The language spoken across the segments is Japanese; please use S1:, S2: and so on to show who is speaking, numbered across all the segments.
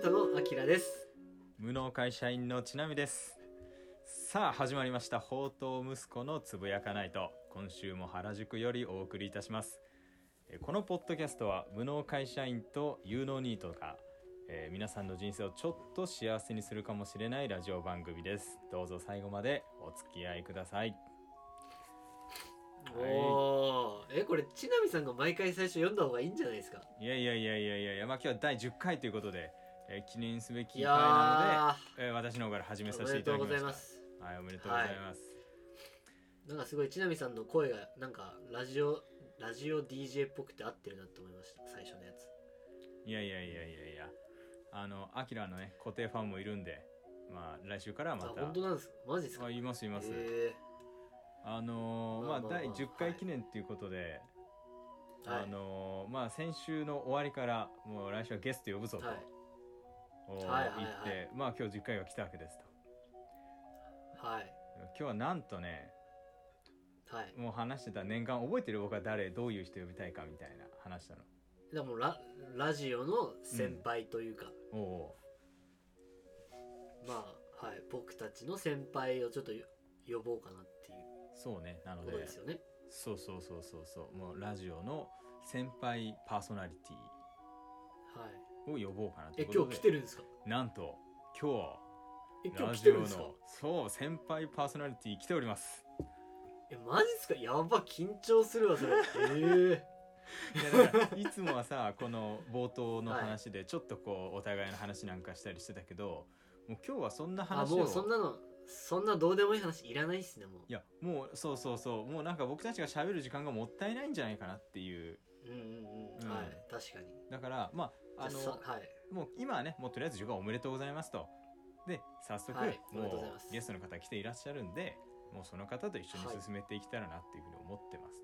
S1: 也です
S2: 無能会社員のちなみですさあ始まりました「放蕩息子のつぶやかないと」今週も原宿よりお送りいたしますえーこのポッドキャストは無能会社員と有能ニートが、えー皆さんの人生をちょっと幸せにするかもしれないラジオ番組ですどうぞ最後までお付き合いください
S1: おおーえこれちなみさんが毎回最初読んだ方がいいんじゃないですか
S2: いやいやいやいやいやいや、まあ、今日は第10回ということで、えー記念すべき
S1: い
S2: 回
S1: やー
S2: なので、えー私の方から始め
S1: お
S2: さ
S1: め
S2: せ
S1: で
S2: てい
S1: と
S2: ただ
S1: う
S2: き
S1: ご
S2: ま
S1: ざい
S2: し
S1: ます
S2: たはいおめでとうございます、
S1: なんかすごいちなみさんの声がなんかラジオラジオ DJ っぽくて合ってるなって思いました最初のやつ
S2: いやいやいやいやいやあのアキラのね固定ファンもいるんでまあ来週からは
S1: あ
S2: また
S1: 本当なんですかマジですか
S2: あいますいます、
S1: え
S2: あのーまあ
S1: まあまあまあ
S2: 第10回記念っていうことで、
S1: ーはい
S2: あのーまあ先週の終わりからもう来週はゲスト呼ぶぞと、
S1: はい
S2: お言って、
S1: はいはいはい
S2: まあ今日10回が来たわけですと
S1: はい
S2: 今日はなんとね
S1: はい
S2: もう話してた年間覚えてる僕は誰どういう人呼びたいかみたいな話したの
S1: でもララジオの先輩というか、
S2: おうお
S1: まあはい僕たちの先輩をちょっとよ呼ぼうかなっていう
S2: うそうねなの
S1: こと
S2: で
S1: ですよね
S2: そうそうそうそうそうもうラジオの先輩パーソナリティ
S1: はい
S2: を呼ぼうかなと
S1: え
S2: いうことで
S1: 今日来てるんですか
S2: なんと今
S1: え
S2: 日
S1: 今
S2: ラ
S1: 日来
S2: ジ
S1: てるん
S2: オ
S1: ですか
S2: のそう先輩パーソナリティ来ております
S1: えマジっすかやば緊張するわそれええ
S2: いやだからいつもはさこの冒頭の話でちょっとこうお互いの話なんかしたりしてたけどもう今日はそんな
S1: あ
S2: 話を
S1: もうそんなのそんなどうでもいい話いらないっすねもう
S2: いやもうそうそうそうもうなんか僕たちが喋る時間がもったいないんじゃないかなっていう
S1: うんうんうん、
S2: うん
S1: はい確かに
S2: だからまああ
S1: じゃさ
S2: の
S1: はい
S2: もう今はねもうとりあえず10回おめでとうございますとで早速、
S1: はいおめ
S2: も
S1: でとうございます
S2: うゲストの方来ていらっしゃるんでもうその方と一緒に進めていけたらなっていうふうに思ってます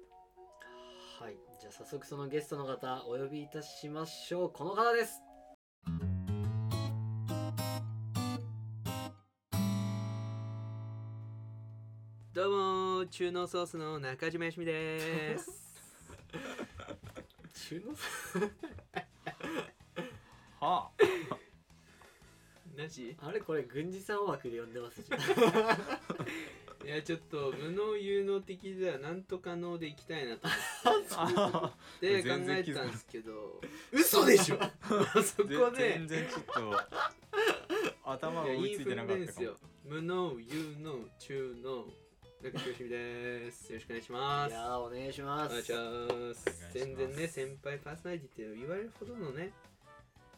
S2: と、
S1: はいじゃあ早速そのゲストの方お呼びいたしましょうこの方です
S3: どうも中濃ソースの中島よしみです
S1: 中野さ
S2: はあ
S3: なし
S1: んあれこれ軍事さん枠で呼んでますじゃん
S3: いやちょっと無能有能的ではなんとか能でいきたいなと思
S2: あ
S3: って考
S2: 全然
S3: え
S2: 気づ
S3: て
S2: かな
S3: た
S2: い
S3: んですけど嘘でしょ そこ
S2: ぜ
S3: で
S2: 全然ちょっと頭
S3: い
S2: が
S3: や
S2: 追
S3: い
S2: い
S3: い
S2: ついてな
S3: 訓
S2: かっ
S3: 練で
S2: たか
S3: すよ
S2: も
S3: 無能有能中能中島よしみですよろしくお願いしま
S1: い
S3: す
S1: やーお願いしま
S3: お願い
S1: す
S3: します
S2: お願いします
S3: 全然ね先輩パーソナリティって言われるほどのね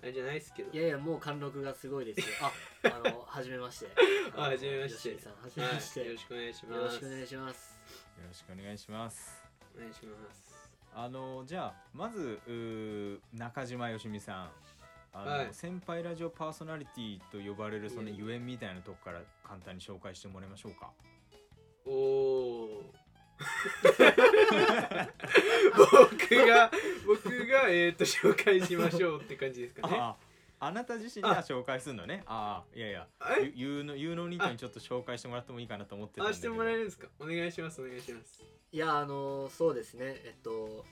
S3: あれじゃないですけど
S1: いやいやもう貫禄がすごいですよああの初めまして
S3: あはじめまして
S1: 吉井さんはじめまして、
S3: はい、よ
S1: よ
S3: ろしくお願いしま
S1: ろ
S3: す
S1: しくお願いします
S2: よろしくお願いします
S3: お願いします
S2: あのじゃあまずうー中島よしみさんあの、
S3: はい
S2: 先輩ラジオパーソナリティと呼ばれるその
S3: いえいえ
S2: ゆえんみたいなとこから簡単に紹介してもらいましょうか
S3: おお僕が僕がえっ、と紹介しましょうって感じですかね
S2: あああなた自身が
S3: あ
S2: 紹介するのねああいやいや
S3: え
S2: ゆ有能有能人間にちょっと紹介してもらってもいいかなと思ってたんだ
S3: あ
S2: け
S3: し
S2: ど
S3: てもらえるんですかお願いしますお願いします
S1: いやあのそうですねえっと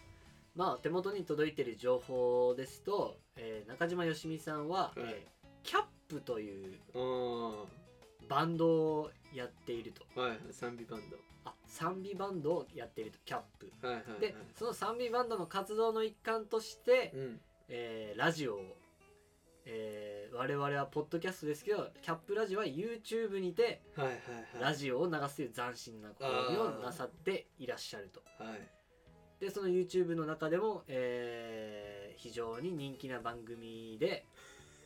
S1: まあ手元に届いている情報ですと、えー中島よしみさんは、
S3: い
S1: えーキャップという
S3: あー
S1: バンドをやっていると
S3: はい賛美バンド
S1: あ賛美バンドをやっているとキャップ
S3: はいはいはい
S1: でその賛美バンドの活動の一環として、
S3: うん
S1: えーラジオを、えー我々はポッドキャストですけどキャップラジオは YouTube にて
S3: はいはいは
S1: ラ
S3: い
S1: ジオを流すという斬新な試みをなさっていらっしゃると
S3: はい
S1: でその YouTube の中でも、えー非常に人気な番組で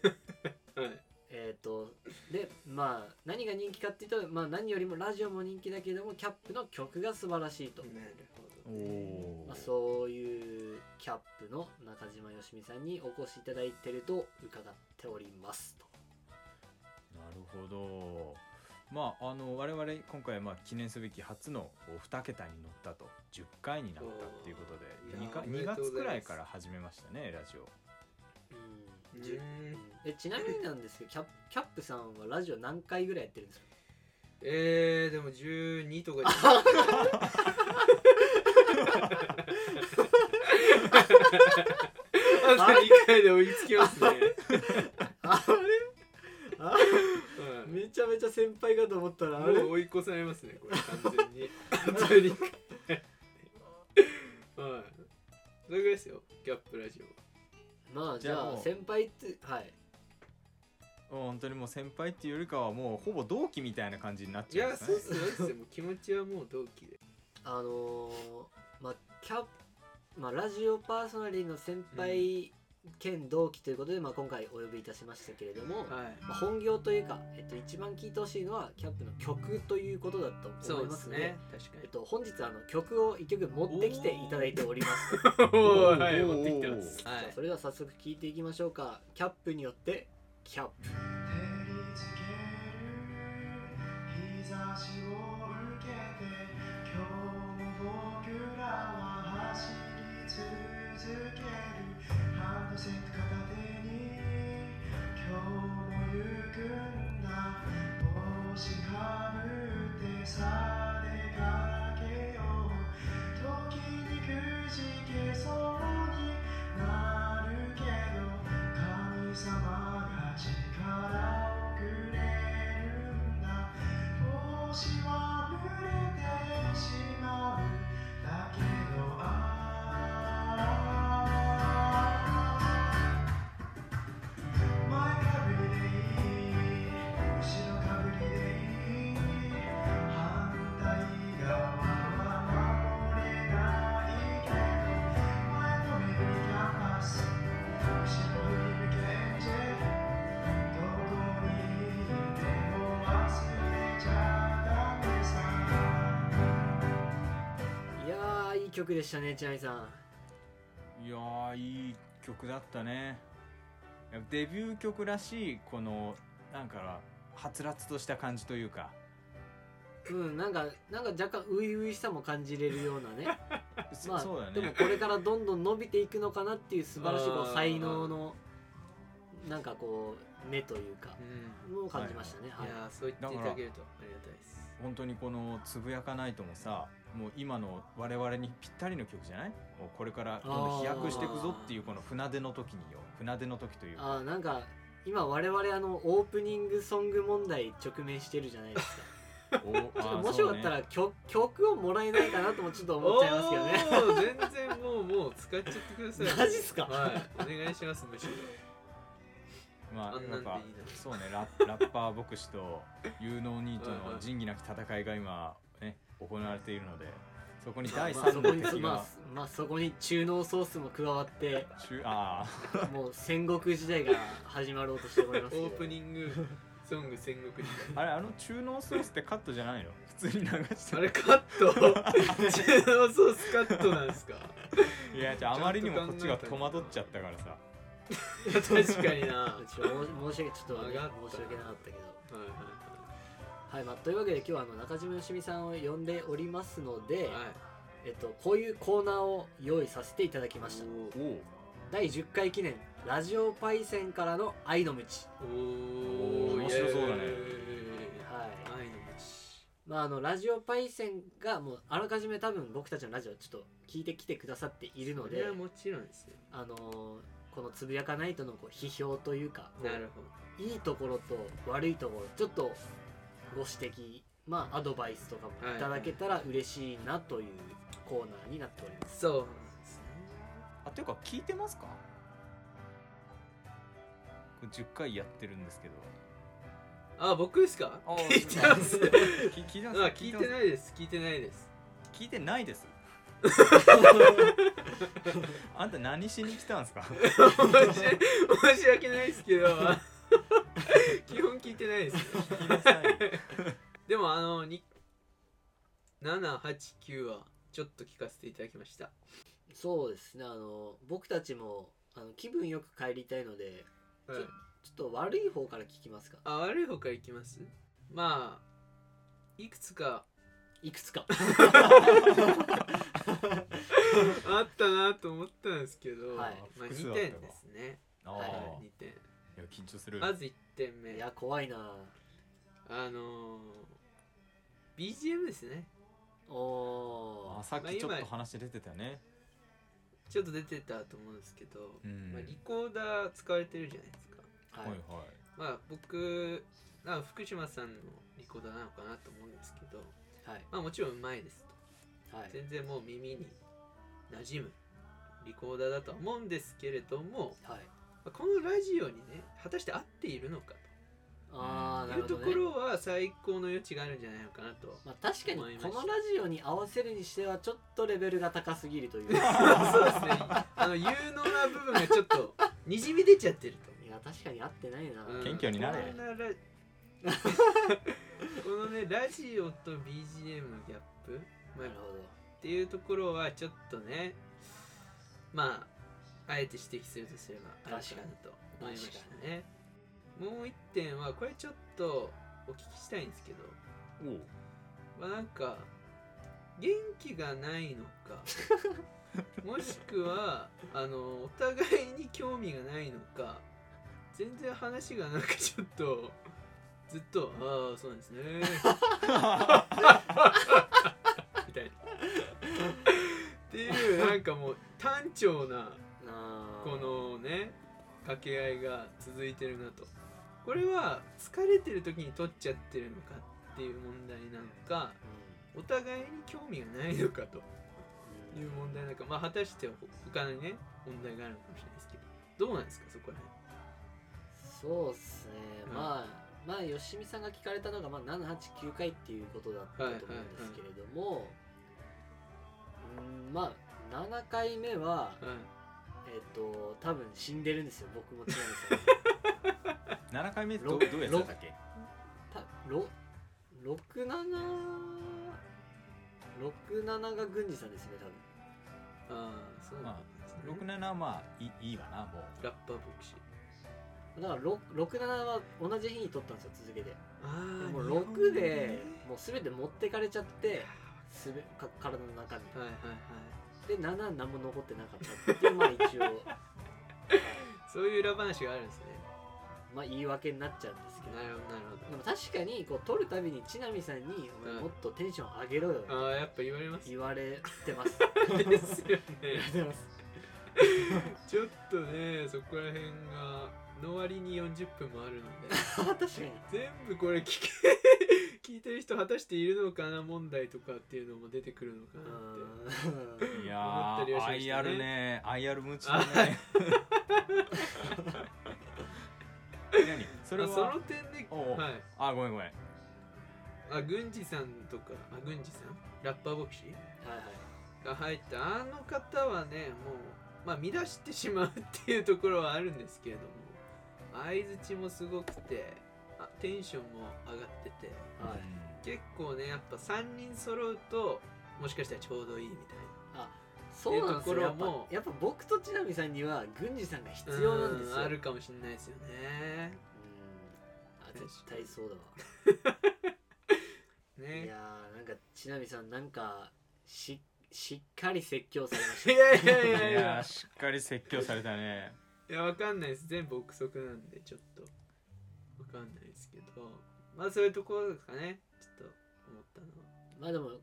S3: はい
S1: えっ、とでまあ何が人気かっていうと、まあ、何よりもラジオも人気だけれどもキャップの曲が素晴らしいと、
S3: なるほ
S2: お
S3: どね
S2: お
S1: まあ、そういうキャップの中島よしみさんにお越しいただいてると伺っておりますと
S2: なるほど。まあ、あの我々今回まあ記念すべき初の2桁に乗ったと10回になったっていうことで
S3: おーいや
S2: 2, か
S3: おめ
S2: 2
S3: でとう
S2: 月
S3: ご
S2: く
S3: ざいます
S2: らいから始めましたねラジオ
S1: う
S3: うんん
S1: じゅうんえちなみになんですけどキャキャップさんはラジオ何回ぐらいやってるん ですか
S3: えー、でも12とかじゃないあと2回で追いつきますね
S1: あれ先輩かと思ったらあ
S3: も
S1: れ
S3: う追い越されますねこれ完全に本当に はいそれぐらいですよギャップラジオ
S1: まあじ
S2: じゃあ
S1: ゃ
S2: も
S1: あ
S2: う
S1: 先輩ってはい
S2: もう本当にもう先輩っていうよりかはもうほぼ同期みたいな感じになっ
S3: い
S2: ちゃうん
S3: や
S2: です
S3: そ
S2: ね
S3: うっすよそうっすよもう気持ちはもう同期で
S1: あのーまあキャまあラジオパーソナリーの先輩兼同期ということで、まあ今回お呼びいたしましたけれども、
S3: はい
S1: まあ、本業というか、えっと、一番聴いてほしいのはキャップの曲ということだと思いますね
S3: 確か
S1: えっと、本日あの曲を1曲持ってきていただいております、
S3: におーはい
S2: おー
S3: 持ってきてますは
S1: じゃあそれでは早速聴いていきましょうかキャップによってキャップ
S4: 照りつける日差しを受けて今日も僕らは走り続けるハンドセット片手に今日も行くんだ帽子かぶってさ出かけよう時にくじけそうになるけど神様が力をくれるんだ帽子は濡れてしまうだけどああ前かぶりでいい後ろかぶりでいい反対側は守れないけど前のめりキャンパス後ろ振り向けんじどこにいても忘れちゃダメさ
S1: いやーいい曲でしたねちなみさん
S2: いやーいい曲だったねやっぱデビュー曲らしいこのなんかはつらつとした感じというか
S1: うんなんかなんか若干初々しさも感じれるようなね
S2: そ,、
S1: まあ
S2: そうだ
S1: でも
S2: ね
S1: これからどんどん伸びていくのかなっていう素晴らしいこ
S3: あ
S1: う
S3: ー
S1: 才能のなんかこう目というか
S3: うん
S1: もう感じましたねはい
S3: いやーそう言っていただけるとありがたいです
S2: 本当にこの「つぶやかないと」もさもう今の我々にぴったりの曲じゃないもうこれからどんどん飛躍していくぞっていうこの船出の時によ船出の時というか
S1: あーなんか今我々あのオープニングソング問題直面してるじゃないですか
S2: お
S1: ちょっと
S2: あー
S1: もしよかったら曲,、曲をもらえないかなともちょっと思っちゃいますけどね
S3: おー全然もうもう使っちゃってください
S1: マジっすか
S3: はいお願いしますむしろ
S2: ま
S3: あ
S2: あ
S3: ん
S2: な
S3: なんんでいい
S2: か
S3: な
S2: そうねラッ ラッパー牧師と有能兄との仁義なき戦いが今ね行われているのでそこに 第
S1: まあ
S2: 三
S1: そ
S2: の
S1: こに
S2: 敵
S1: ま
S2: が
S1: あまあそこに中濃ソースも加わって
S2: 中ああ
S1: もう戦国時代が始まろうとしており
S3: オ
S1: ますけど
S3: ープニングソング戦国時代
S2: あれあの中濃ソースってカットじゃないの 普通に流して
S3: あ
S2: る
S3: れカット中のソースカットなんですか
S2: いやじゃああまりにもこっちが戸惑っちゃったからさ
S3: 確かになは
S1: ちょっと申し訳ちょっと、ね
S3: 上がった
S1: 申し訳なかったけど
S3: いは
S1: はいまあというわけで今日はあの中島よしみさんを呼んでおりますので、
S3: いはいはい
S1: えっと、こういうコーナーを用意させていただきました
S2: おお
S1: 第10回記念ラジオパイセンからの愛の道
S3: お
S2: おー面白そうだね
S3: イエーイ
S1: はい
S3: 愛の
S1: まああのラジオパイセンがもうあらかじめ多分僕たちのラジオちょっと聞いてきてくださっている
S3: 道
S1: の
S3: これ
S1: で
S3: はもちろんですよ
S1: あのーこのつぶやかないとのこう批評というかこう
S3: なるほど
S1: いいところと悪いところちょっとご指摘まあアドバイスとかもいただけたら嬉しいなというコーナーになっております、
S3: そうなんですね
S2: あていうか聞いてますかこれ10回やってるんですけど
S3: あ僕ですか
S2: あ
S3: 聞いてます
S2: 聞聞いて
S3: あ
S2: ます
S3: 聞いて
S2: い
S3: ないです聞いてないです
S2: 聞いてないです あんた何しに来たんですか
S3: 申し申し訳ないですけど基本聞いてないです
S2: 聞きなさい
S3: でもあのに789はちょっと聞かせていただきました
S1: そうですねあの僕たちもあの気分よく帰りたいので
S3: はい
S1: ちょっと悪い方から聞きますか
S3: あ悪い方からいきますまあいくつか
S1: いくつ か
S3: あったなと思ったんですけど、
S1: はい
S3: まあ、
S2: 複数
S3: 2
S2: あった
S3: 点ですね
S2: ああ、
S1: はい
S2: い、
S3: 2点
S2: や緊張する
S3: まず1点
S1: い
S3: 目
S1: や怖いな
S3: あのー BGM ですね
S1: お
S2: あ
S1: ー
S2: さっきちょ
S3: まあ
S2: っと
S3: 今
S2: 話出てたよね、
S3: ちょっと出てたと思うんですけど、
S2: うん
S3: まあ、リコーダー使われてるじゃないですか
S1: は
S2: はい
S1: い
S2: はい
S3: まあ僕あ福島さんのリコーダーなのかなと思うんですけど
S1: はい
S3: まあもちろんうまいですと
S1: はい
S3: 全然もう耳に馴染むリコーダーだとは思うんですけれども
S1: はい
S3: まあこのラジオにね果たして合っているのか
S1: ああない
S3: と
S1: るほ
S3: う
S1: ど
S3: と
S1: ね
S3: ころは最高の余地があるんじゃないのかなと
S1: まあ、確かに
S3: 思いま
S1: こ
S3: した
S1: のラジオに合わせるにしてはちょっとレベルが高すぎる というい
S3: そうですね。あの有能な部分がちょっとにじみ出ちゃってる
S1: や確かに合ってないな、
S3: と。うん
S2: 謙虚になれ
S3: こんなラ このねラジオと BGM のギャップ、ま
S1: な
S3: あ
S1: るほど
S3: っていうところはちょっとね、まああえて指摘するとすればあるかなと思いましたね。もう一点はこれちょっとお聞きしたいんですけど、
S2: おう
S3: まあ、なんか元気がないのかもしくはあのお互いに興味がないのか全然話がなんかちょっとずっと「ああそうなんですね」みたいな。っていうなんかもう単調な
S1: あー
S3: このね掛け合いが続いてるなとこれは疲れてる時に取っちゃってるのかっていう問題なのかお互いに興味がないのかと
S1: うん
S3: いう問題なのかまあ果たして他にね問題があるのかもしれないですけどどうなんですかそこら
S1: そうっすね、
S3: うん
S1: まあまあ吉見さんが聞かれたのが、まあ、789回っていうことだったと思うんですけれども、うんまあ7回目は
S3: 辺はい
S1: えっ、と多分死んでるんですよ僕もちな
S2: 7回 目ど
S1: ろ
S2: どうやってたっけ
S1: みにさん6767が郡司さんですね多分
S3: ああそうなんですね、
S2: 67はまあいいいいわなもう
S3: ラッパー牧師
S1: だからろ67は同じ日に撮ったんですよ続けてで
S3: あ
S1: も
S3: う
S1: 6でもう全て持ってかれちゃってすべか体の中に
S3: はいはいはい
S1: で7何も残ってなかったっていうまあ一応
S3: そういう裏話があるんですね
S1: まあ言い訳になっちゃうんですけど
S3: なるほどなるほど
S1: でも確かにこう撮るたびにちなみさんに「お前
S3: うん
S1: もっとテンション上げろよ」
S3: ああやっぱ言われます
S1: 言われてます
S3: ですよ
S1: 言
S3: ね
S1: われてます
S3: ちょっとねそこら辺がの割に40分もあるので
S1: あ確かに
S3: 全部これ聞け 聞いてる人果たしているのかな問題とかっていうのも出てくるのか
S1: う
S3: なって
S1: ーん
S2: い
S3: 思
S2: や
S3: ったり
S2: ー
S3: はしましたね
S2: IR ね IR 無 知だね何そ
S3: そ
S2: れ
S3: そ
S2: は
S3: の点で、
S2: おう
S3: はい、
S2: あごめんごめん
S3: あ郡司さんとかあ郡司さんラッパーボクシ
S1: はいはい
S3: ーが入ったあの方はねもう、まあ、乱してしまうっていうところはあるんですけれども相づちもすごくてあテンションも上がってて
S1: はい
S3: 結構ねやっぱ3人揃うともしかしたらちょうどいいみたいな
S1: そうなんですよや
S3: っ
S1: っ
S3: ていうところも
S1: ぱやっぱ僕とちなみさんには郡司さんが必要なんですよ
S3: うあるかもしれないですよね
S1: うんあ絶対そうだわい
S3: ね
S1: やーなんかちなみさんなんかししっかり説教されまし
S3: い
S1: た
S3: やいやい
S2: い
S3: やい
S2: やー
S3: や
S2: しっかり説教されたね
S3: いやわかんないです全部憶測なんでちょっとわかんないですけどまあそういうところですかねちょっと思ったのは
S1: まあでも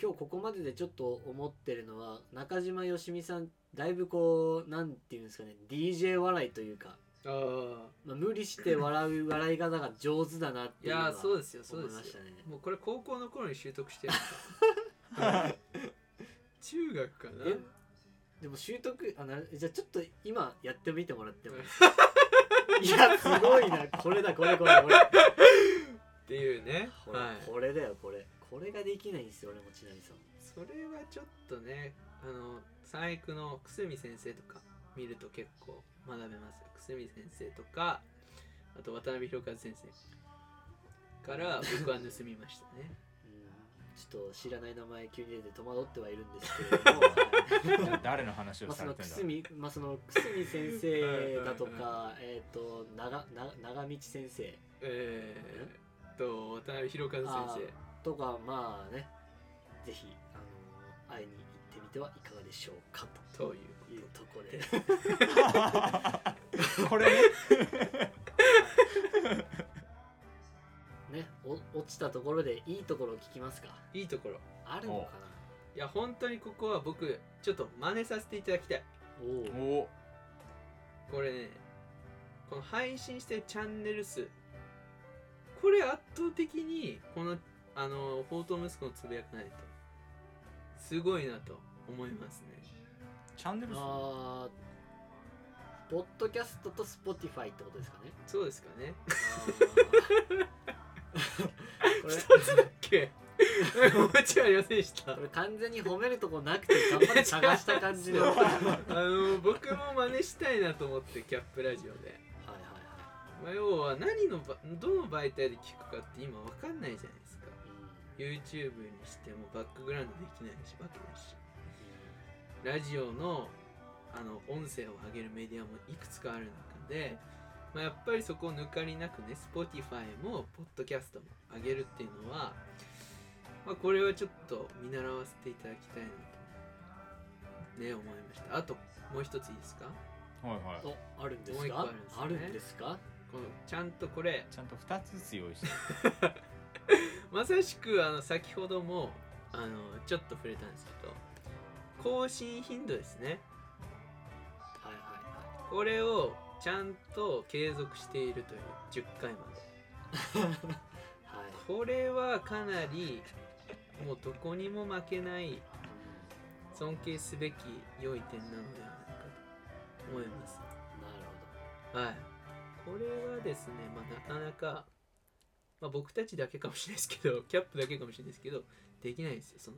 S1: 今日ここまででちょっと思ってるのは中島よしみさんだいぶこうなんていうんですかね DJ 笑いというか、
S3: ああ
S1: まあ、無理して笑う笑い方が上手だなって
S3: い
S1: いうの
S3: や
S1: は
S3: ーそうですよそ
S1: 思
S3: う
S1: い
S3: で
S1: ますした
S3: よ
S1: ね
S3: もうこれ高校の頃に習得してるん ですよ中学かな
S1: えでも習得あなじゃあちょっと今やってみてもら ってもいいですかいやすごいなこれだこれこれこれ
S3: っていうね
S1: これ,、
S3: はい
S1: これだよこれこれができないんですよ俺もちなみさん
S3: それはちょっとねあの三育の久住先生とか見ると結構学べますよ久住先生とかあと渡辺弘和先生から僕は盗みましたね
S1: ちょっと知らない名前急に出て戸惑ってはいるんですけれども、はい
S2: 誰の話を
S1: まあ、
S2: さ
S1: その
S2: れて
S1: 久
S2: んだ
S1: 住、まあ、その久住先生だとか、えっ、と、長、な、長道先生
S3: えー、と渡辺弘和先
S1: とか、まあね。ぜひ、あの、会いに行ってみてはいかがでしょうか
S3: 生という
S1: というところ で。
S2: これね
S1: ね、お落ちたところで、いいところを聞きますか。
S3: いいところ
S1: あるのか
S3: いや本当にここは僕ちょっと真似させていただきたい
S1: な。おお。
S2: お
S3: これねこの配信してるチャンネル数これ圧倒的にこのあの宝刀息子のつぶやかないとすごいなと思いますね
S2: チャンネル数
S1: あーポッドキャストと Spotify ってことですかね
S3: そうですかね
S1: あーこれ
S3: 一つだっけおちありませんでした
S1: これ完全に褒めるとこなくて頑張って探した感じではい
S3: 違う
S1: はいはい
S3: あの僕も真似したいなと思ってキャップラジオで、まあ、要は何のばどの媒体で聞くかって今わかんないじゃないですか
S1: うん
S3: YouTube にしてもバックグラウンドできないしわけだしラジオのあの音声を上げるメディアもいくつかある中で、まあ、やっぱりそこを抜かりなくね Spotify も Podcast も上げるっていうのは、まあ、これはちょっと見習わせていただきたいなとね思いましたあともう一ついいですか
S2: はいはい
S1: おあるんです
S3: もう一個
S1: かあ
S3: ある
S1: る
S3: んですね
S1: んですか
S3: このちゃんとこれ
S2: ちゃんと2つずつ用意して
S3: まさしくあの先ほどもあのちょっと触れたんですけど更新頻度ですね
S1: はいはいはい
S3: これをちゃんと継続しているという10回まで
S1: はい
S3: これはかなりもうどこにも負けない尊敬すべき良い点なのではないかと思います
S1: なる
S3: はいこれはですねまあなかなか、まあ、僕たちだけかもしれないですけど キャップだけかもしれないですけどできないんですよその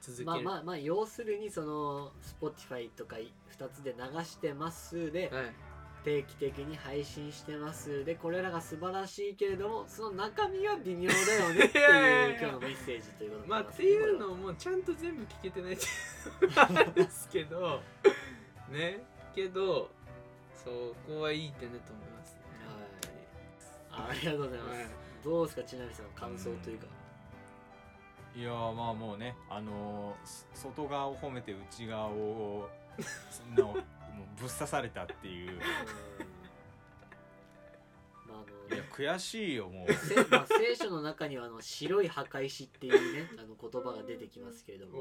S3: 続
S1: ほど
S3: ける、
S1: まあまあまあ要するにその Spotify とか2つで流してますで
S3: はい
S1: 定期的に配信してますでこれらが素晴らしいけれどもその中身は微妙だよねって
S3: いやいや
S1: い
S3: い
S1: う
S3: や
S1: 今日のメッセージということに
S3: ま
S1: な
S3: あ
S1: り
S3: っ
S1: す
S3: て
S1: ね
S3: いうのもちゃんと全部聞けてないっていうのもあるんです けどねけどそこはいい点だと思いますね、
S1: ありがとうございます、
S3: はい
S1: どうですかちなみさんの感想というか、
S2: いやーまあもうねあのーす外側を褒めて内側をのもうぶっ刺されたっていう
S1: うんまああの
S2: いや悔しいよもう
S1: せ まあ、聖書の中にはあの白い墓石っていうねあの言葉が出てきますけれど
S3: お
S1: も、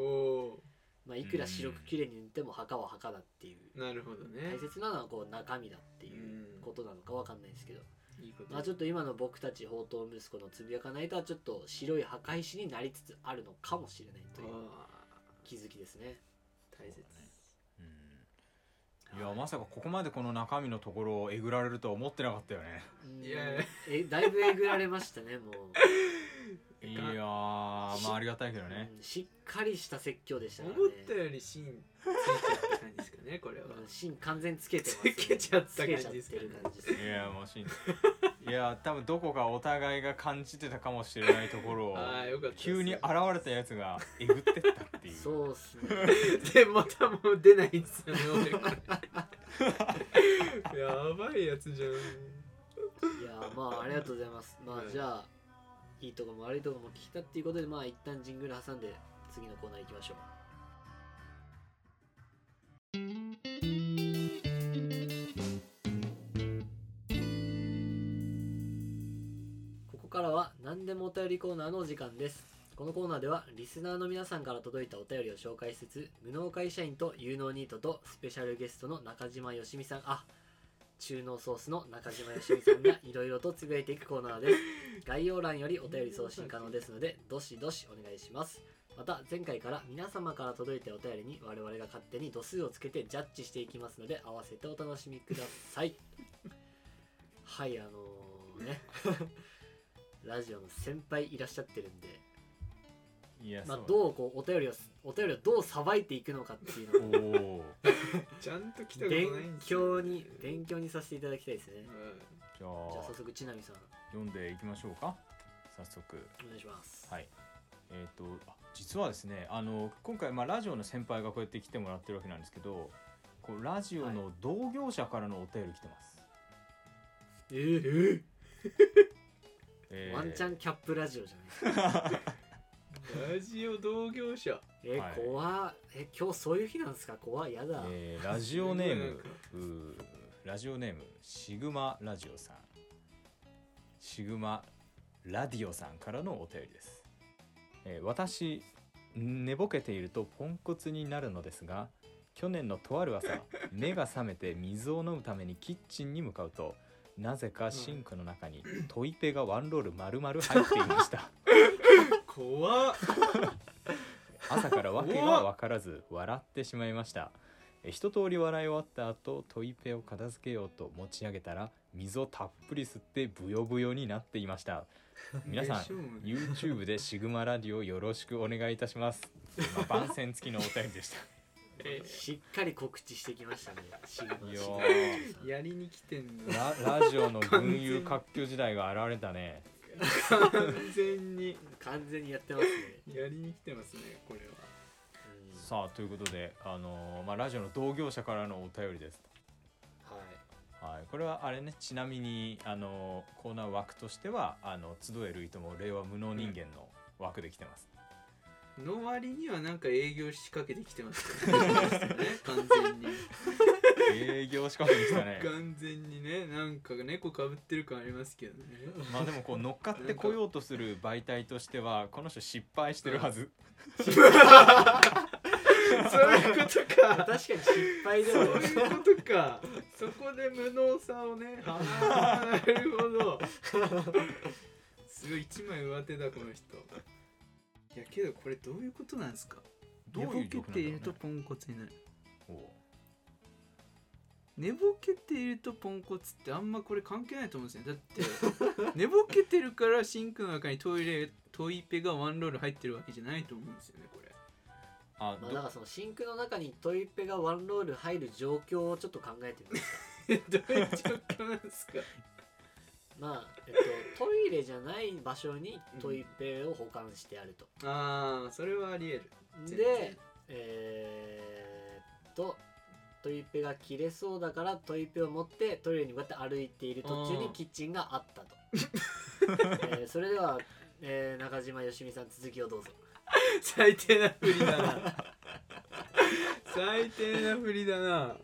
S3: お
S1: まあ、いくら白く綺麗に塗っても墓は墓だっていう
S3: なるほどね
S1: 大切なのはこう中身だっていうことなのかわかんないですけど、
S3: いいこと
S1: まあ、ちょっと今の僕たち宝刀息子のつぶやかないとはちょっと白い墓石になりつつあるのかもしれないという
S3: あ
S1: 気づきですね。
S3: ー大切
S2: うんいやまさかここまでこの中身のところをえぐられるとは思ってなかったよね
S1: うん
S3: いやいや
S1: えだいぶえぐられましたねもう、
S2: いやーまあありがたいけどね
S1: うんしっかりした説教でしたか
S3: 思
S1: ら
S3: った
S1: ね
S3: より芯ついちゃった感じですか ねこれは
S1: うん芯完全につけてます、ね、
S3: つけちゃった感
S1: つけ
S3: じです
S1: ちゃって
S3: かね
S1: る感じですね
S2: いやもうしんいや多分どこかお互いが感じてたかもしれないところを
S3: ああよかったです
S2: 急に現れたやつがえぐってったっていう
S1: そうっすね
S3: でまたもう出ないんですよね俺 やばいやつじゃん
S1: いやーまあありがとうございますま
S3: はい
S1: あじゃあいいとこも悪いとこも聞いたっていうことでまあ一旦ジングル挟んで次のコーナー行きましょうここからは何でもお便りコーナーのお時間ですこのコーナーではリスナーの皆さんから届いたお便りを紹介しつつ無能会社員と有能ニートとスペシャルゲストの中島よしみさんあ中濃ソースの中島よしみさんがいろいろとつぶやいていくコーナーです概要欄よりお便り送信可能ですのでどしどしお願いしますまた前回から皆様から届いたお便りに我々が勝手に度数をつけてジャッジしていきますので合わせてお楽しみくださいはいあのー、ね ラジオの先輩いらっしゃってるんで
S2: いや
S1: まあ
S2: そう
S1: どうこうお便りをお便りをどうさばいていくのかっていうのを
S2: おー
S3: ちゃんと来たことない
S1: 勉
S3: んですよ
S1: 強に勉強にさせていただきたいですね
S2: じ
S3: う
S2: ゃ
S1: じゃあ
S2: あ
S1: 早速ちなみさん
S2: 読んでいきましょうか早速
S1: お願いします
S2: はいえー、とあ実はですねあの今回まあラジオの先輩がこうやって来てもらってるわけなんですけどこうラジオの同業者からのお便り来てます、
S1: えー
S2: えー
S1: ワンチャンキャップラジオじゃない
S3: んラジオ同業者
S1: え
S2: はい
S1: 怖っえ今日そういう日なんですか怖いやだ、
S2: えーラジオネー
S3: すごいなん
S2: ム
S3: か
S2: うーラジオネームシグマラジオさんシグマラディオさんからのお便りです、えー私寝ぼけているとポンコツになるのですが去年のとある朝目が覚めて水を飲むためにキッチンに向かうとなぜかシンクの中にトイペがワンロール丸々入っていました
S3: 怖っ
S2: 朝から訳が分からず笑ってしまいましたえ一通り笑い終わった後トイペを片付けようと持ち上げたら水をたっぷり吸ってブヨブヨになっていました皆さん
S3: でしょうね
S2: YouTube でシグマラディオよろしくお願いいたしますまあ番宣付きのお便りでした
S3: え
S1: しっかり告知してきましたねシグマ
S2: いや
S1: シグマさん
S3: やりに来てんだ
S2: ララジオの群雄割拠時代が現れたね
S3: 完全に
S1: 完全にやってますね、
S3: やりに来てますねこれは
S1: うん
S2: さあということで、あのーまあ、ラジオの同業者からのお便りです、
S1: はい
S2: はい、これはあれねちなみに、あのーコーナー枠としてはあの集えるいとも令和無能人間の枠で来てます、
S3: の割にはなんか営業仕掛けてきてます よね完全に
S2: 営業仕掛けに来た ね
S3: 完全にねなんか猫かぶってる感ありますけどね
S2: まあでもこう乗っかってこようとする媒体としてはこの人失敗してるはず
S1: まあ
S3: そういうことか
S1: 確かに失敗で
S3: そう
S1: も
S3: いうことかそこで無能さを ねあーなるほどすごい一枚上手だこの人いやけどこれどういうことなんですか
S2: どういう
S3: 寝ぼ
S2: 曲
S3: け
S2: なんだろね
S3: ていうるとポンコツになる
S2: おう
S3: 寝ぼけているとポンコツってあんまこれ関係ないと思うんですよねだ って寝ぼけてるからシンクの中にトイレトイペがワンロール入ってるわけじゃないと思うんですよねこれ
S2: あ
S1: まあ
S2: ど
S1: なんかそのシンクの中にトイペがワンロール入る状況をちょっと考えてみますか
S3: え どういう状況なんですか
S1: まあえっとトイレじゃない場所にトイペを保管してあると、
S3: ああそれはあり得る全
S1: で
S3: 然
S1: えーっとトイペが切れそうだからトイペを持ってトイレに向かって歩いている途中
S3: う
S1: に
S3: ん
S1: キッチンがあった と、えーそれでは、えー中島よしみさん続きをどうぞ
S3: 最低な振りだ な最低な振りだな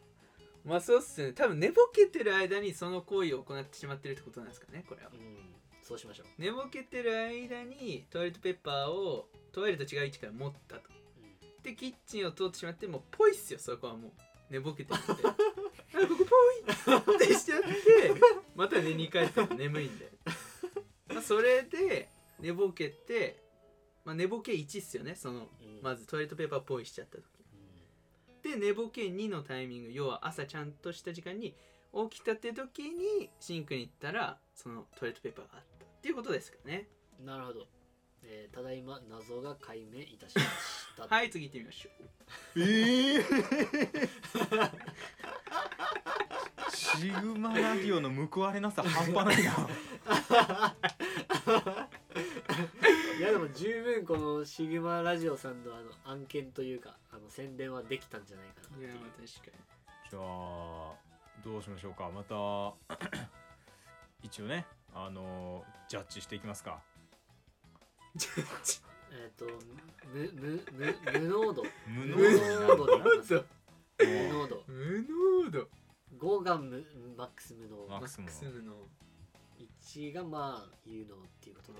S3: まあそうっすね多分寝ぼけてる間にその行為を行ってしまってるってことなんですかねこれは
S1: うんそうしましょう、
S3: 寝ぼけてる間にトイレットペッパーをトイレと違う位置から持ったと
S1: うん
S3: でキッチンを通ってしまってもうぽいっすよそこはもう寝ぼけてる んであここぽいってし ちゃってまた寝に帰っても眠いんで、まあ、それで寝ぼけて、まあ、寝ぼけ1っすよねその
S1: うん
S3: まずトイレットペーパーぽいしちゃった時
S1: う
S3: で寝ぼけ2のタイミング要は朝ちゃんとした時間に起きたって時にシンクに行ったらそのトイレットペーパーがあったっていうことですかね
S1: んなるほど、えーただいま謎が解明いたしま した、
S3: はい次行ってみましょう
S2: ええ シグマラディオの報われなさ半端ないな
S1: いやでも十分このシグマラジオさんのあの案件というかあの宣伝はできたんじゃないかなって
S3: い
S1: い
S3: や
S1: う
S3: まあ確かに
S2: じゃあどうしましょうかまた 一応ねあのジャッジしていきますか
S1: えっ、とむむむ無濃度
S2: 無
S1: 能
S2: 能
S1: 無
S2: に
S1: 能度
S2: な
S1: 無
S2: る
S3: 能度
S1: 無
S2: も
S1: 濃度
S3: 無能度
S1: 5がむマックス無能
S2: マ
S3: マ
S2: ックス
S3: ッ
S2: も
S3: クス無能
S1: 1がまあ有能っていうことで、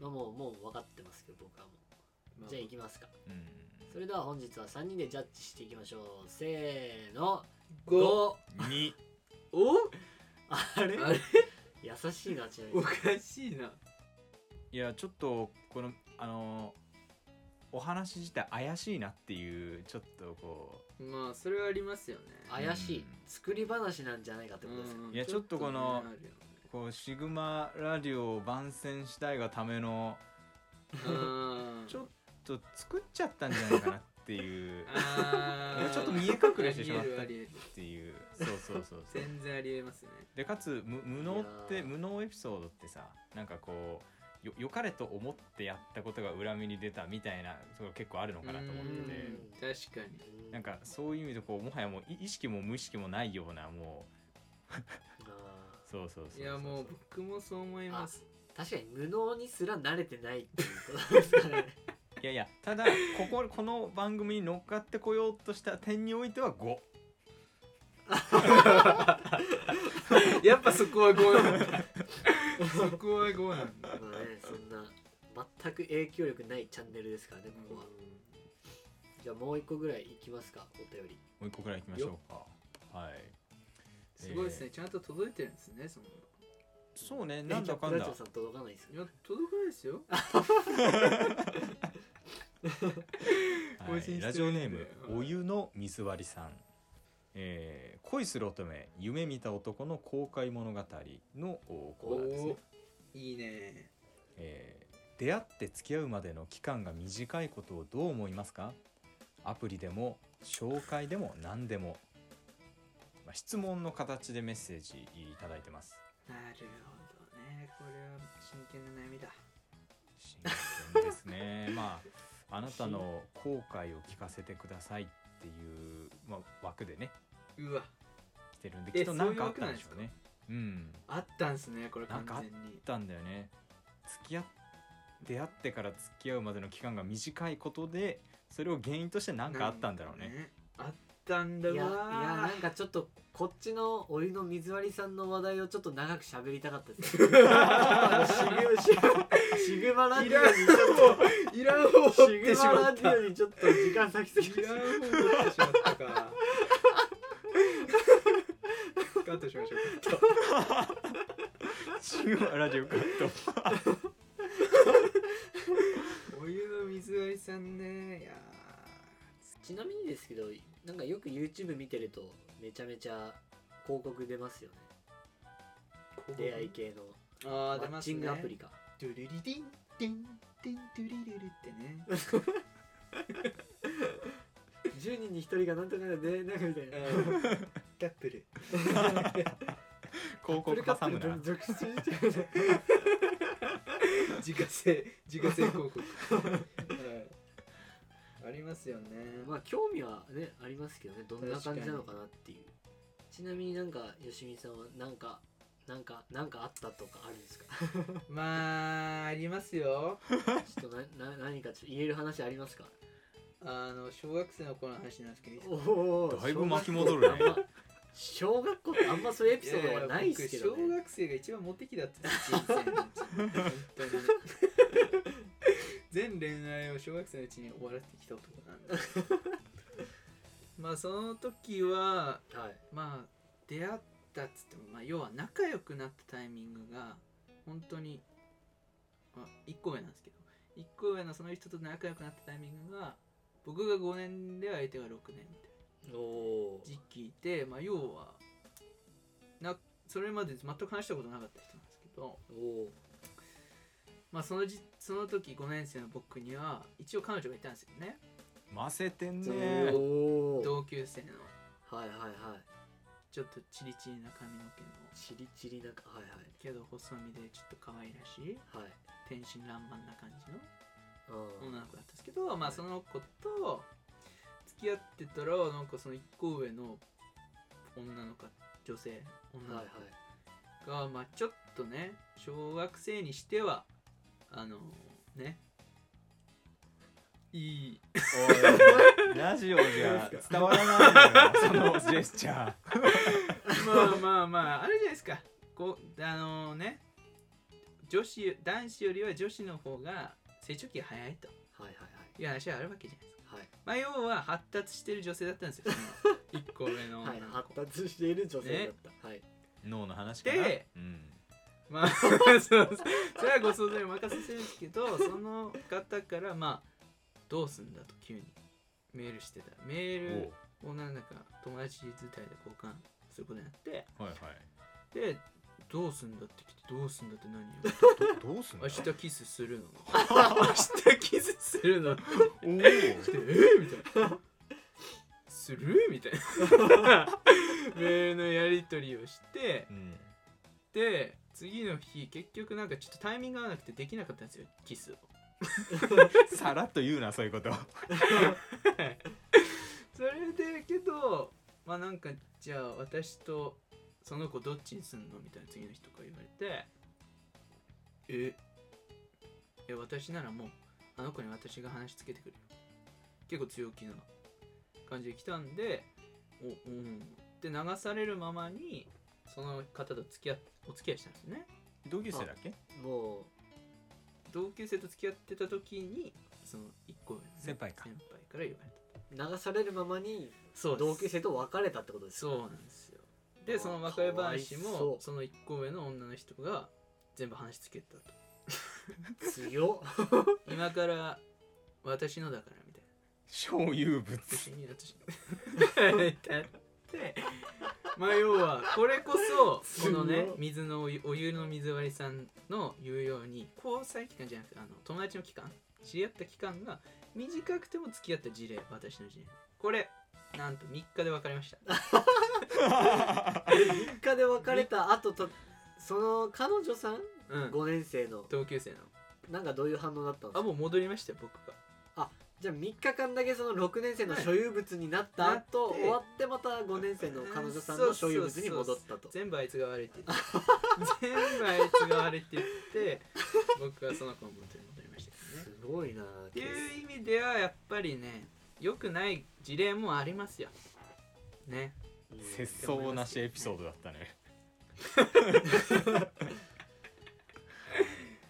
S1: まあ、もうもう分かってますけど僕はもうじゃあ行きますか
S2: ううん
S1: それでは本日は3人でジャッジしていきましょうせーの
S3: 5
S1: 5
S2: に
S3: お
S1: あれ
S3: あれ
S1: 優しいなちなみ
S3: お
S1: に
S3: かしいない
S2: やちょっとこのあのお話自体怪しいなっていうちょっとこ
S3: まあそれはありますよね
S1: 怪し
S2: う
S1: い
S2: ん
S1: 作り話なんじゃないかってことですか、
S3: うん
S2: いやちょっとこの
S3: ちょっとね
S2: うこうシグマラディオを番宣したいがための
S3: あるよね
S2: ちょっと作っちゃったんじゃないかなって いう
S3: あ
S2: いや
S3: ー
S2: ちょっと見え隠れしてしまっ
S3: ありえる
S2: た
S3: あ
S2: っ
S3: りえる
S2: ていうそうそうそうそう
S3: 全然ありえますね
S2: でかつ無無能っ
S1: い
S2: て
S1: やー
S2: 無能エピソードってさなんかこうよ良かれと思ってやったことが裏目に出たみたいなとこ結構あるのかなと思ってて
S1: て
S3: うん確かに
S1: う
S2: なんかそういう意味でこうもはやもうい意識も無意識もないようなも
S1: あ
S2: うそうそうそうそう
S3: いやもう僕もそう思います
S1: ー確かに無能にすら慣れてないっていうことですかね
S2: いやいやただこここの番組に乗っかってこようとした点においては5
S3: やっぱそこは5なんだ そこは5なんだ
S1: まあねそんな全く影響力ないチャンネルですからねここは、じゃあもう一個ぐらいいきますかお便り
S2: もう一個くらいいきましょうかはい
S3: すごいですね、ちゃんと届いてるんですねその
S2: そうねなんだかん
S1: ラ
S2: だ
S1: ジオさん届かないです
S3: い
S1: よ
S3: や届かないですよ
S2: は
S3: 更新してるん
S2: い、
S3: で
S2: ラジオネーム
S3: うん
S2: お湯の水割りさん、えー恋する乙女夢見た男の公開物語のおコーナーですね、
S3: おいいね
S2: えー出会って付き合うまでの期間が短いことをどう思いますかアプリでも紹介でも何でも、まあ、質問の形でメッセージいただいてます
S3: なるほどねこれは真剣な悩みだ
S2: 真剣です ねまああなたの後悔を聞かせてくださいっていう、まあ、枠でね
S3: うわ
S2: 来てるんで
S3: え
S2: きっと何かあったんでしょうねうん
S3: あったんすねこれ
S2: な
S3: 完
S2: んか
S3: 全に
S2: あったんだよね付き合っ出会ってから付き合うまでの期間が短いことでそれを原因として何かあったんだろうね
S3: あったんだ
S1: いやいや
S3: わ
S1: なんかちょっとこっちのお湯の水割りさんの話題をちょっと長く喋りたかったですねシグシグシグマラジオにちょっと
S3: いらん方を
S1: シ
S3: 追って
S1: グ
S3: し
S1: マ
S3: ま
S1: ラ
S3: っ
S1: ジ
S3: たいらん方を
S1: オにちょっと時間先すぎて
S3: 追ってしまったかカットしましょうカット
S2: シグマラジオカット
S3: お湯の水割りさんねいや
S1: ちなみにですけどなんかよく YouTube 見てるとめちゃめちゃ広告出ますよね
S3: ー
S1: 出会い系のマ
S3: あー出
S1: ッ
S3: ます
S1: チング
S3: ね
S1: アプリか、
S3: ドゥルリリンテンテンドゥリリルってね
S1: 10人に1人がなんとかで出会えないみたいな
S3: カップル
S2: 広告挟むな
S1: 属してみたいな
S3: 自家製自家製広告はいありますよね
S1: まあ興味はねありますけどねどんな感じなのかなっていうちなみになんかよしみさんはなんかなんかなんかあったとかあるん ですか
S3: まあありますよ
S1: ちょっとなな何かちょっと言える話ありますか
S3: あの小学生の頃の話なんですけどいいですか
S1: おお
S2: だいぶ巻き戻るね
S1: 小学校ってあんまそういうエ
S3: エ
S1: ピソードはないですけど
S3: 小
S1: ね
S3: 学生が一番モテ期だったんです人生のうち本当に全恋愛を小学生のうちに終わらせてきた男なんで まあその時は
S1: はい
S3: まあ出会ったっつっても、まあ、要は仲良くなったタイミングが本当に、まあ、1個上なんですけど1個上のその人と仲良くなったタイミングが僕が5年で相手が6年みたい
S1: おお
S3: な時期で、まあ、要はなそれまで全く話したことなかった人なんですけど、
S1: おお
S3: まあ、そのじその時5年生の僕には一応彼女がいたんですよね
S2: ませてんね
S1: ーおー
S3: 同級生の
S1: はいはいはい
S3: ちょっとチリチリな髪の毛の
S1: チリチリなんかはい
S3: けど細身でちょっと可愛らしい
S1: はいはい
S3: 天真爛漫な感じの
S1: うん
S3: 女の子だったんですけど、
S1: は
S3: まあ
S1: い
S3: その子と付き合ってたらなんかその一個上の女の子女性女の
S1: はいはい
S3: 子が、まあちょっとね小学生にしてはあのねいい
S2: おいラジオじゃ伝わらないのよそのジェスチャー
S3: まあまあまああるじゃないですかこうあのね女子男子よりは女子の方が成長期が早いと
S1: はいはい
S3: いう話があるわけじゃないですか
S1: はい
S3: まあ要は発達してる女性だったんですよその一個上の女
S1: はい、
S3: の子、
S1: 発達している女性だった、はい
S2: 脳の話かな
S3: で
S2: うん
S3: まあ そうそうそれはご想像にお任せするんですけどその方からまあどうすんだと急にメールしてたメールをなんだか友達伝いで交換することになって
S2: おはいはい
S3: でどうすんだって来てどうすんだって何よ
S2: どどうすんの
S3: 明日キスするの明日キスするのって
S2: おお
S3: えー、みたいなするみたいな メールのやり取りをして
S2: うん
S3: で次の日結局なんかちょっとタイミング合わなくてできなかったんですよキスを
S2: さらっと言うなそういうこと
S3: それでけどまあなんかじゃあ私とその子どっちにすんのみたいな次の日とか言われてえいや私ならもうあの子に私が話つけてくるよ結構強気な感じで来たんでおうんって流されるままにその方と付き合っお付き合いしたんですね
S2: 同級生だっけ
S1: もう
S3: 同級生と付き合ってた時にその1個上のね
S2: 先輩か
S3: 先輩から言われた
S1: 流されるままに
S3: そうです
S1: 同級生と別れたってことですか
S3: そうなんですよでその別れ話
S1: かわいそ
S3: も
S1: う
S3: その1個上の女の人が全部話つけたと
S1: 強っ
S3: 今から私のだからみたいな
S2: 小 有物
S3: 私に私のだって まあ要はこれこそこのね
S1: 強っ
S3: 水のお湯お湯の水割りさんの言うように交際期間じゃなくてあの友達の期間知り合った期間が短くても付き合った事例私の事例これなんと3日で別れました
S1: 3日で別れた後とその彼女さん
S3: うん
S1: 5年生の
S3: 同級生の
S1: なんかどういう反応だったんで
S3: あ
S1: すか
S3: もう戻りましたよ僕が
S1: じゃあ3日間だけその6年生の所有物になった後、
S3: はいなっ
S1: 終わ
S3: て
S1: ってまた5年生の彼女さんの所有物に戻ったと
S3: 全部あいつが悪いって言って 全部あいつが悪いって言って僕はその子の元に戻りましたけどね
S1: すごいな
S3: っていう意味ではやっぱりね良くない事例もありますよね
S1: うん
S2: 節操なしエピソードだったね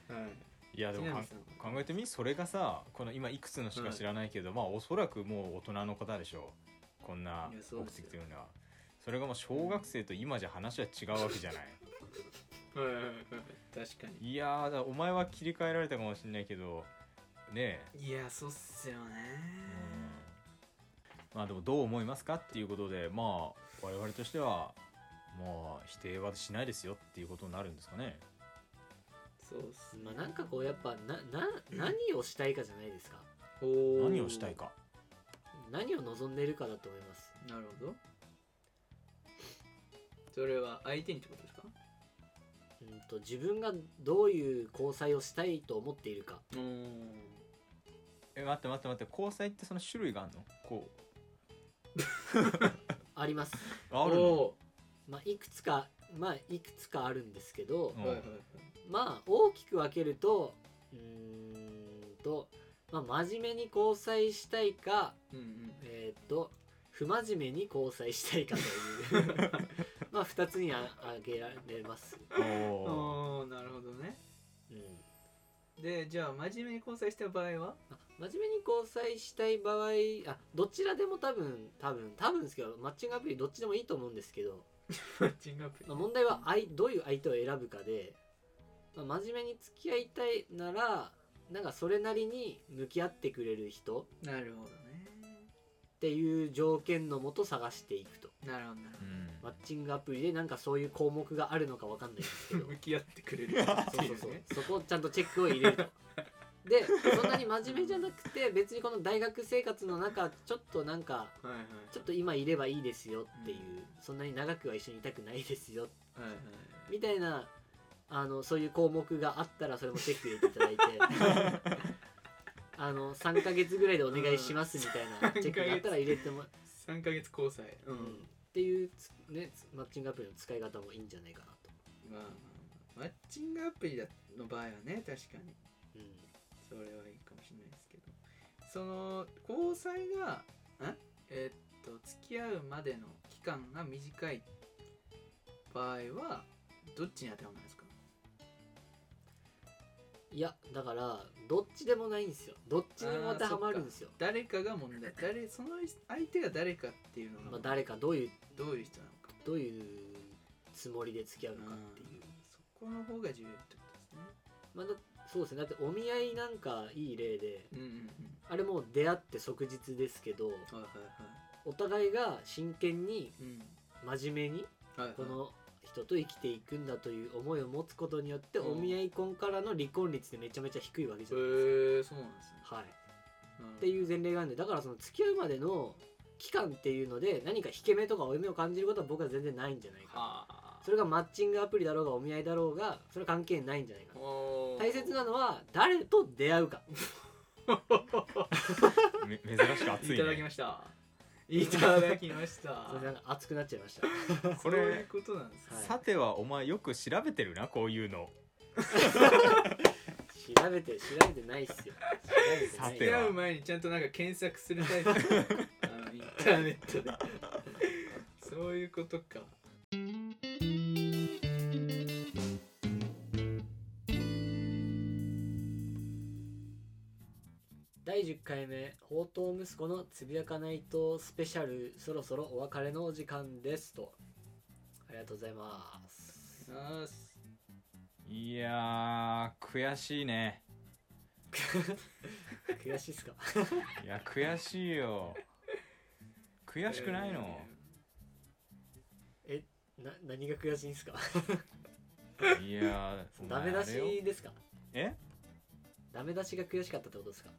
S3: はい
S2: いやでも
S3: 木
S2: か
S3: 南さん
S2: 考えてみそれがさこの今いくつのしか知らないけど、まあおそらくもう大人の方でしょうこんない
S3: やそう
S2: 目
S3: です
S2: 的
S3: よ
S2: というのはそれがもう小学生と今じゃ話は違うわけ じゃない
S3: はいはいはい確か
S2: いやーだからお前は切り替えられたかもしれないけどねえ
S3: にいやそうっすよね
S2: まあでもどう思いますかっていうことでまあ我々としてはまあ否定はしないですよっていうことになるんですかね
S3: そうっすね
S1: まあ、なんかこうやっぱなな何をしたいかじゃないですか
S3: おー
S2: 何をしたいか
S1: 何を望んでいるかだと思います
S3: なるほどそれは相手にってことですか
S1: うんと自分がどういう交際をしたいと思っているか
S3: うーん
S2: え待って待って待って交際ってその種類があるのこう
S1: あります、
S2: ああるの
S3: お
S1: まあ、いくつかまあいくつかあるんですけど、
S2: う
S3: ー
S2: ん
S3: はいはい
S1: まあ大きく分けるとうーんと、まあ、真面目に交際したいか
S3: うんうん
S1: えーっと不真面目に交際したいかという まあ2つにあ挙げられます、
S2: おー
S3: おーなるほどね
S1: うん
S3: でじゃあ真面目に交際した場合は
S1: まあ真面目に交際したい場合あどちらでも多分多分多分ですけどマッチングアプリどっちでもいいと思うんですけど、
S3: マッチングアプリ
S1: まあ問題は相どういう相手を選ぶかで、まあ真面目に付き合いたいならなんかそれなりに向き合ってくれる人
S3: なるほどね
S1: っていう条件のもと探していくと
S3: なるほどなる
S2: うん
S1: マッチングアプリでなんかそういう項目があるのかわかんないんですけ
S3: ほ
S1: ど
S3: ど向き合ってくれ る人って
S1: そうそ
S3: い
S1: ううそう
S3: ね
S1: そこをちゃんとチェックを入れるとでそんなに真面目じゃなくて別にこの大学生活の中ちょっとなんか
S3: はいはい
S1: ちょっと今いればいいですよっていう、
S3: う
S1: そんなに長くは一緒にいたくないですよ
S3: はいはい
S1: みたいなあのそういう項目があったらそれもチェック入れていただいて あの3ヶ月ぐらいでお願いしますみたいなチェックがあったら入れても、
S3: 3ヶ月交際う、
S1: うんんっていうつ、ね、つマッチングアプリの使い方もいいんじゃないかなと、
S3: まあまあまあマッチングアプリだの場合はね確かに
S1: うん
S3: それはいいかもしれないですけどその交際がんえっと付き合うまでの期間が短い場合はどっちに当てはまるんですか
S1: いやだからどっちでもないんですよどっちにも当てはまるんですよ
S3: 誰かが問 題誰その相手が誰かっていうのが、
S1: まあ、誰かどういう
S3: どういう人なのか
S1: どういうつもりで付き合うのかっていう、
S3: そこの方が重要ってことですね
S1: まあだそうですねだってお見合いなんかいい例で
S3: うんうん
S1: あれもう出会って即日ですけど
S3: うんはいはい
S1: お互いが真剣に
S3: はいうん
S1: 真面目に
S3: はいはい
S1: この人と生きていくんだという思いを持つことによって
S3: うん
S1: お見合い婚からの離婚率ってめちゃめちゃ低いわけじ
S3: へ
S1: ゃないです
S3: えそうなんですね
S1: か。はい、っ
S3: って
S1: いう前例があるんでだからその付き合うまでの期間っていうので何か引け目とか負い目を感じることは僕は全然ないんじゃないかな
S3: はあ
S1: それがマッチングアプリだろうがお見合いだろうがそれは関係ないんじゃないかな
S3: おー
S1: 大切なのは誰と出会うか
S2: め珍しく熱い、ね、
S3: いただきましたいただきました
S1: それなんか熱くなっちゃいました
S3: これそういうことなんです
S1: はい
S2: さてはお前よく調べてるなこういうの
S1: 調べて調べてないっすよ調べ
S2: さ
S1: て
S2: て
S1: ない
S2: は
S3: 出会う前にちゃんとなんか検索するタイプあのインターネットでそういうことか
S1: 第10回目放蕩息子のつぶやかないとスペシャルそろそろお別れのお時間ですとありがとうございます
S3: よーし
S2: いやー悔しいね
S1: 悔しいっすか
S2: いや悔しいよ悔しくないの、
S1: えな何が悔しいんすか
S2: いやー
S1: ダメ出しですか
S2: お前あれよ
S1: ダメ出しが悔しかったってことですか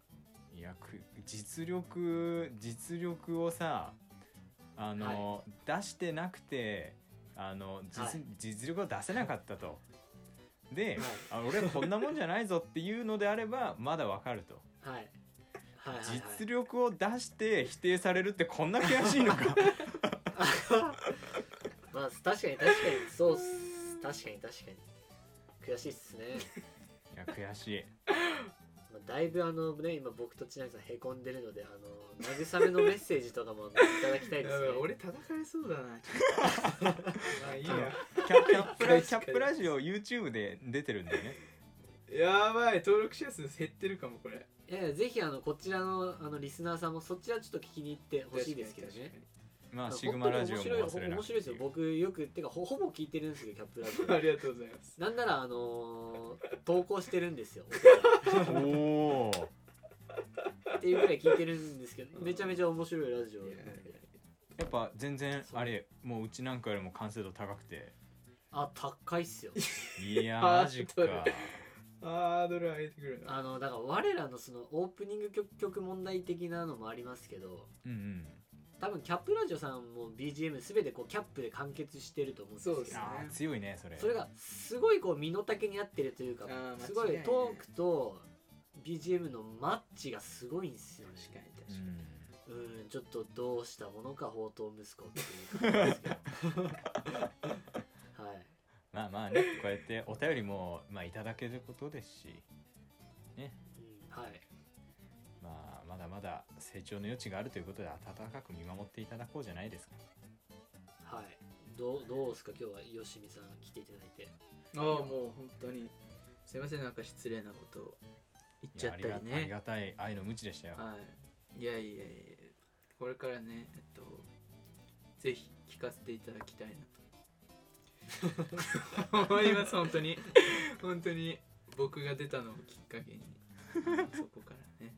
S2: えいやく実力実力をさあの、出してなくてあの実,、
S1: はい
S2: 実力を出せなかっ たとで、
S1: は
S2: あ俺こんなもんじゃないぞっていうのであればまだわかると
S1: はいはいはい、はい、
S2: 実力を出して否定されるってこんな悔し いのか
S1: まあ確かに確かにそうっす確かに確かに悔しいっすね、
S2: いや悔しい
S1: まあ、だいぶあのね今僕と千奈さんへこんでるのであの慰めのメッセージとかもあのいただきたいで
S3: やば
S1: すね
S3: い 俺叩かれそうだなまあいいや
S2: キ ャキャップラ
S3: 確
S2: キャ
S3: かに
S2: ップラジオ YouTube で出てるんだよね
S3: やばい登録者数減ってるかもこれ
S1: いやいやぜひあのこちらのあのリスナーさんもそちらちょっと聞きに行ってほしいですけどね
S2: まあ
S1: まあ
S2: シグマラジオも
S1: 本当に面
S2: 忘
S1: 白
S2: れ
S1: い
S2: な
S1: 面
S2: くて
S1: 白いですよ僕よくてかほほぼ聞いてるんですよキャップラジ
S3: 確かに ありがとうございます
S1: オなんならあのー投稿してるんですよ
S2: おー
S1: っていうぐらい聞いてるんですけど
S3: うん
S1: めちゃめちゃ面白いラジオなんで
S3: いやいやいや
S2: やっぱ全然あれもううちなんかよりも完成度高くて
S1: あ高いっすよ
S2: いや
S3: あー
S2: ーマジか
S3: どれハードル上げてくるな
S1: あのだから我らのそのオープニング曲曲問題的なのもありますけど
S2: うんうん
S1: 多分キャップラジオさんも BGM 全てこうキャップで完結してると思うんですけど
S3: そうですね
S2: あー強いねそれ
S1: それがすごいこう身の丈に合ってるというか
S3: あー間違いない
S1: すごいトークと BGM のマッチがすごいんですよね
S3: 確かに
S2: う
S3: 確かに、
S2: ん
S1: うーんちょっとどうしたものか宝刀息子っていう感じですけど はい
S2: まあまあねこうやってお便りもまあいただけることですし
S1: うんはい
S2: まあまだまだ成長の余地があるということで温かく見守っていただこうじゃないですか
S1: はいどうどうですか今日はよしみさん来ていただいて
S3: ああもう本当にすいませんなんか失礼なことを言っ
S2: い
S3: ちゃ
S2: や
S3: っ
S2: あり
S3: た
S2: が
S3: り
S2: あり
S3: ね
S2: がたい愛の無知でしたよ
S3: はいいやいやいやこれからねえっとぜひ聞かせていただきたいなと思います本当に本当に僕が出たのをきっかけにそこからね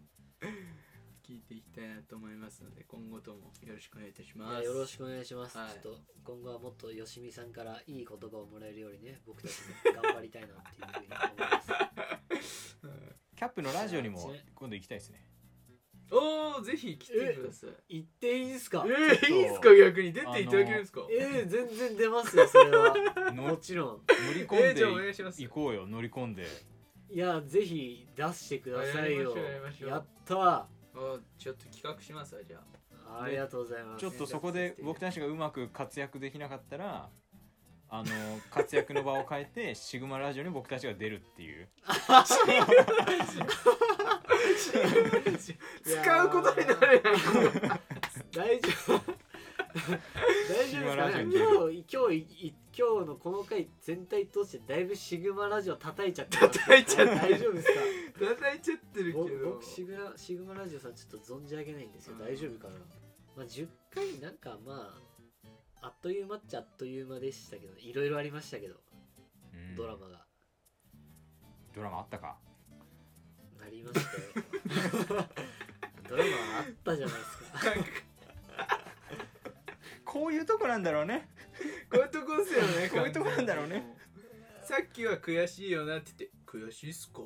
S3: 聞いていきたいなと思いますので今後ともよろしくお願いいたし
S1: い
S3: ま
S1: や
S3: す
S1: よろしくお願いします、
S3: はい
S1: ちょっと今後はもっとよしみさんからいい言葉をもらえるようにね僕たちも頑張りたいなっていうふうに思います
S3: うん
S2: キャップのラジオにも
S1: そうです
S2: 今度行きたいですね
S3: おおぜひ来てください
S1: 言っていいですか
S3: え
S2: ちょっと
S3: ー、いいんすか逆に出ていただけるんですか
S1: えー、全然出ますよそれ はも
S2: 乗
S1: ちろん
S2: 乗り
S3: え
S2: 込ん
S3: ー、じゃあお願
S2: で
S3: いします
S2: 行こうよ乗り込んで
S1: いやぜひ出してくださいよ
S3: やりましょうやりましょう
S1: やったー
S3: おちょっと企画しますわじゃあ
S1: ありがとうございます
S2: ちょっとそこで僕たちがうまく活躍できなかったらあの活躍の場を変えてシグマラジオに僕たちが出るっていう
S3: 使うことになるやん
S1: 大丈夫大丈夫ですかね今日今日い今日のこの回全体通してだいぶシグマラジオ叩いちゃってます
S3: 叩いちゃって
S1: 大丈夫ですか
S3: 叩いちゃっ てるけど
S1: 僕僕シグラシグマラジオさんちょっと存じ上げないんですよ
S3: うん
S1: 大丈夫かな、まあ、10回なんかまああっという間っちゃあっという間でしたけどいろいろありましたけど
S2: うん
S1: ドラマが
S2: ドラマあったか
S1: なりましたよドラマあったじゃないですか
S3: なんか
S2: こういうとこなんだろうね
S3: こういうとこですよね
S2: こういうとこなんだろうね
S3: さっきは悔しいよなって言って悔しいっすかっ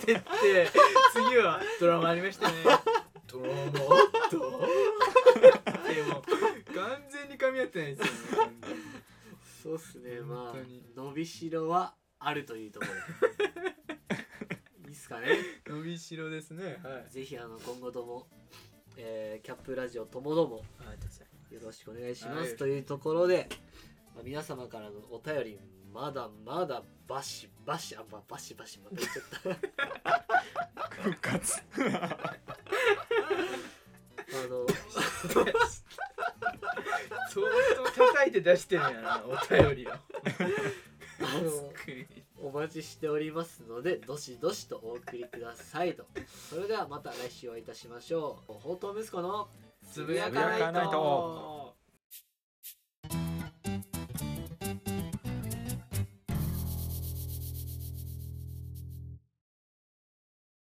S3: て言って次はドラマありました ねドラマあったでも完全に噛み合ってないですよね
S1: そうっすねま
S3: 本当に
S1: あ伸びしろはあるというところいいっすかね
S3: 伸びしろですねはい
S1: ぜひあの今後とも、えーキャップラジオともども
S3: ありがとうござい
S1: よろしくお願いします、
S3: はい
S1: というところで、まあ、皆様からのお便りまだまだバシバシあ、まあ、バシバシまた言っちゃった
S2: 復活
S1: あの
S3: ます相当叩いて出してるんやなお便りを
S1: あのお待ちしておりますのでどしどしとお送りくださいとそれではまた来週お会いいたしましょう宝刀息子の
S3: つ
S1: ぶやかないと
S2: と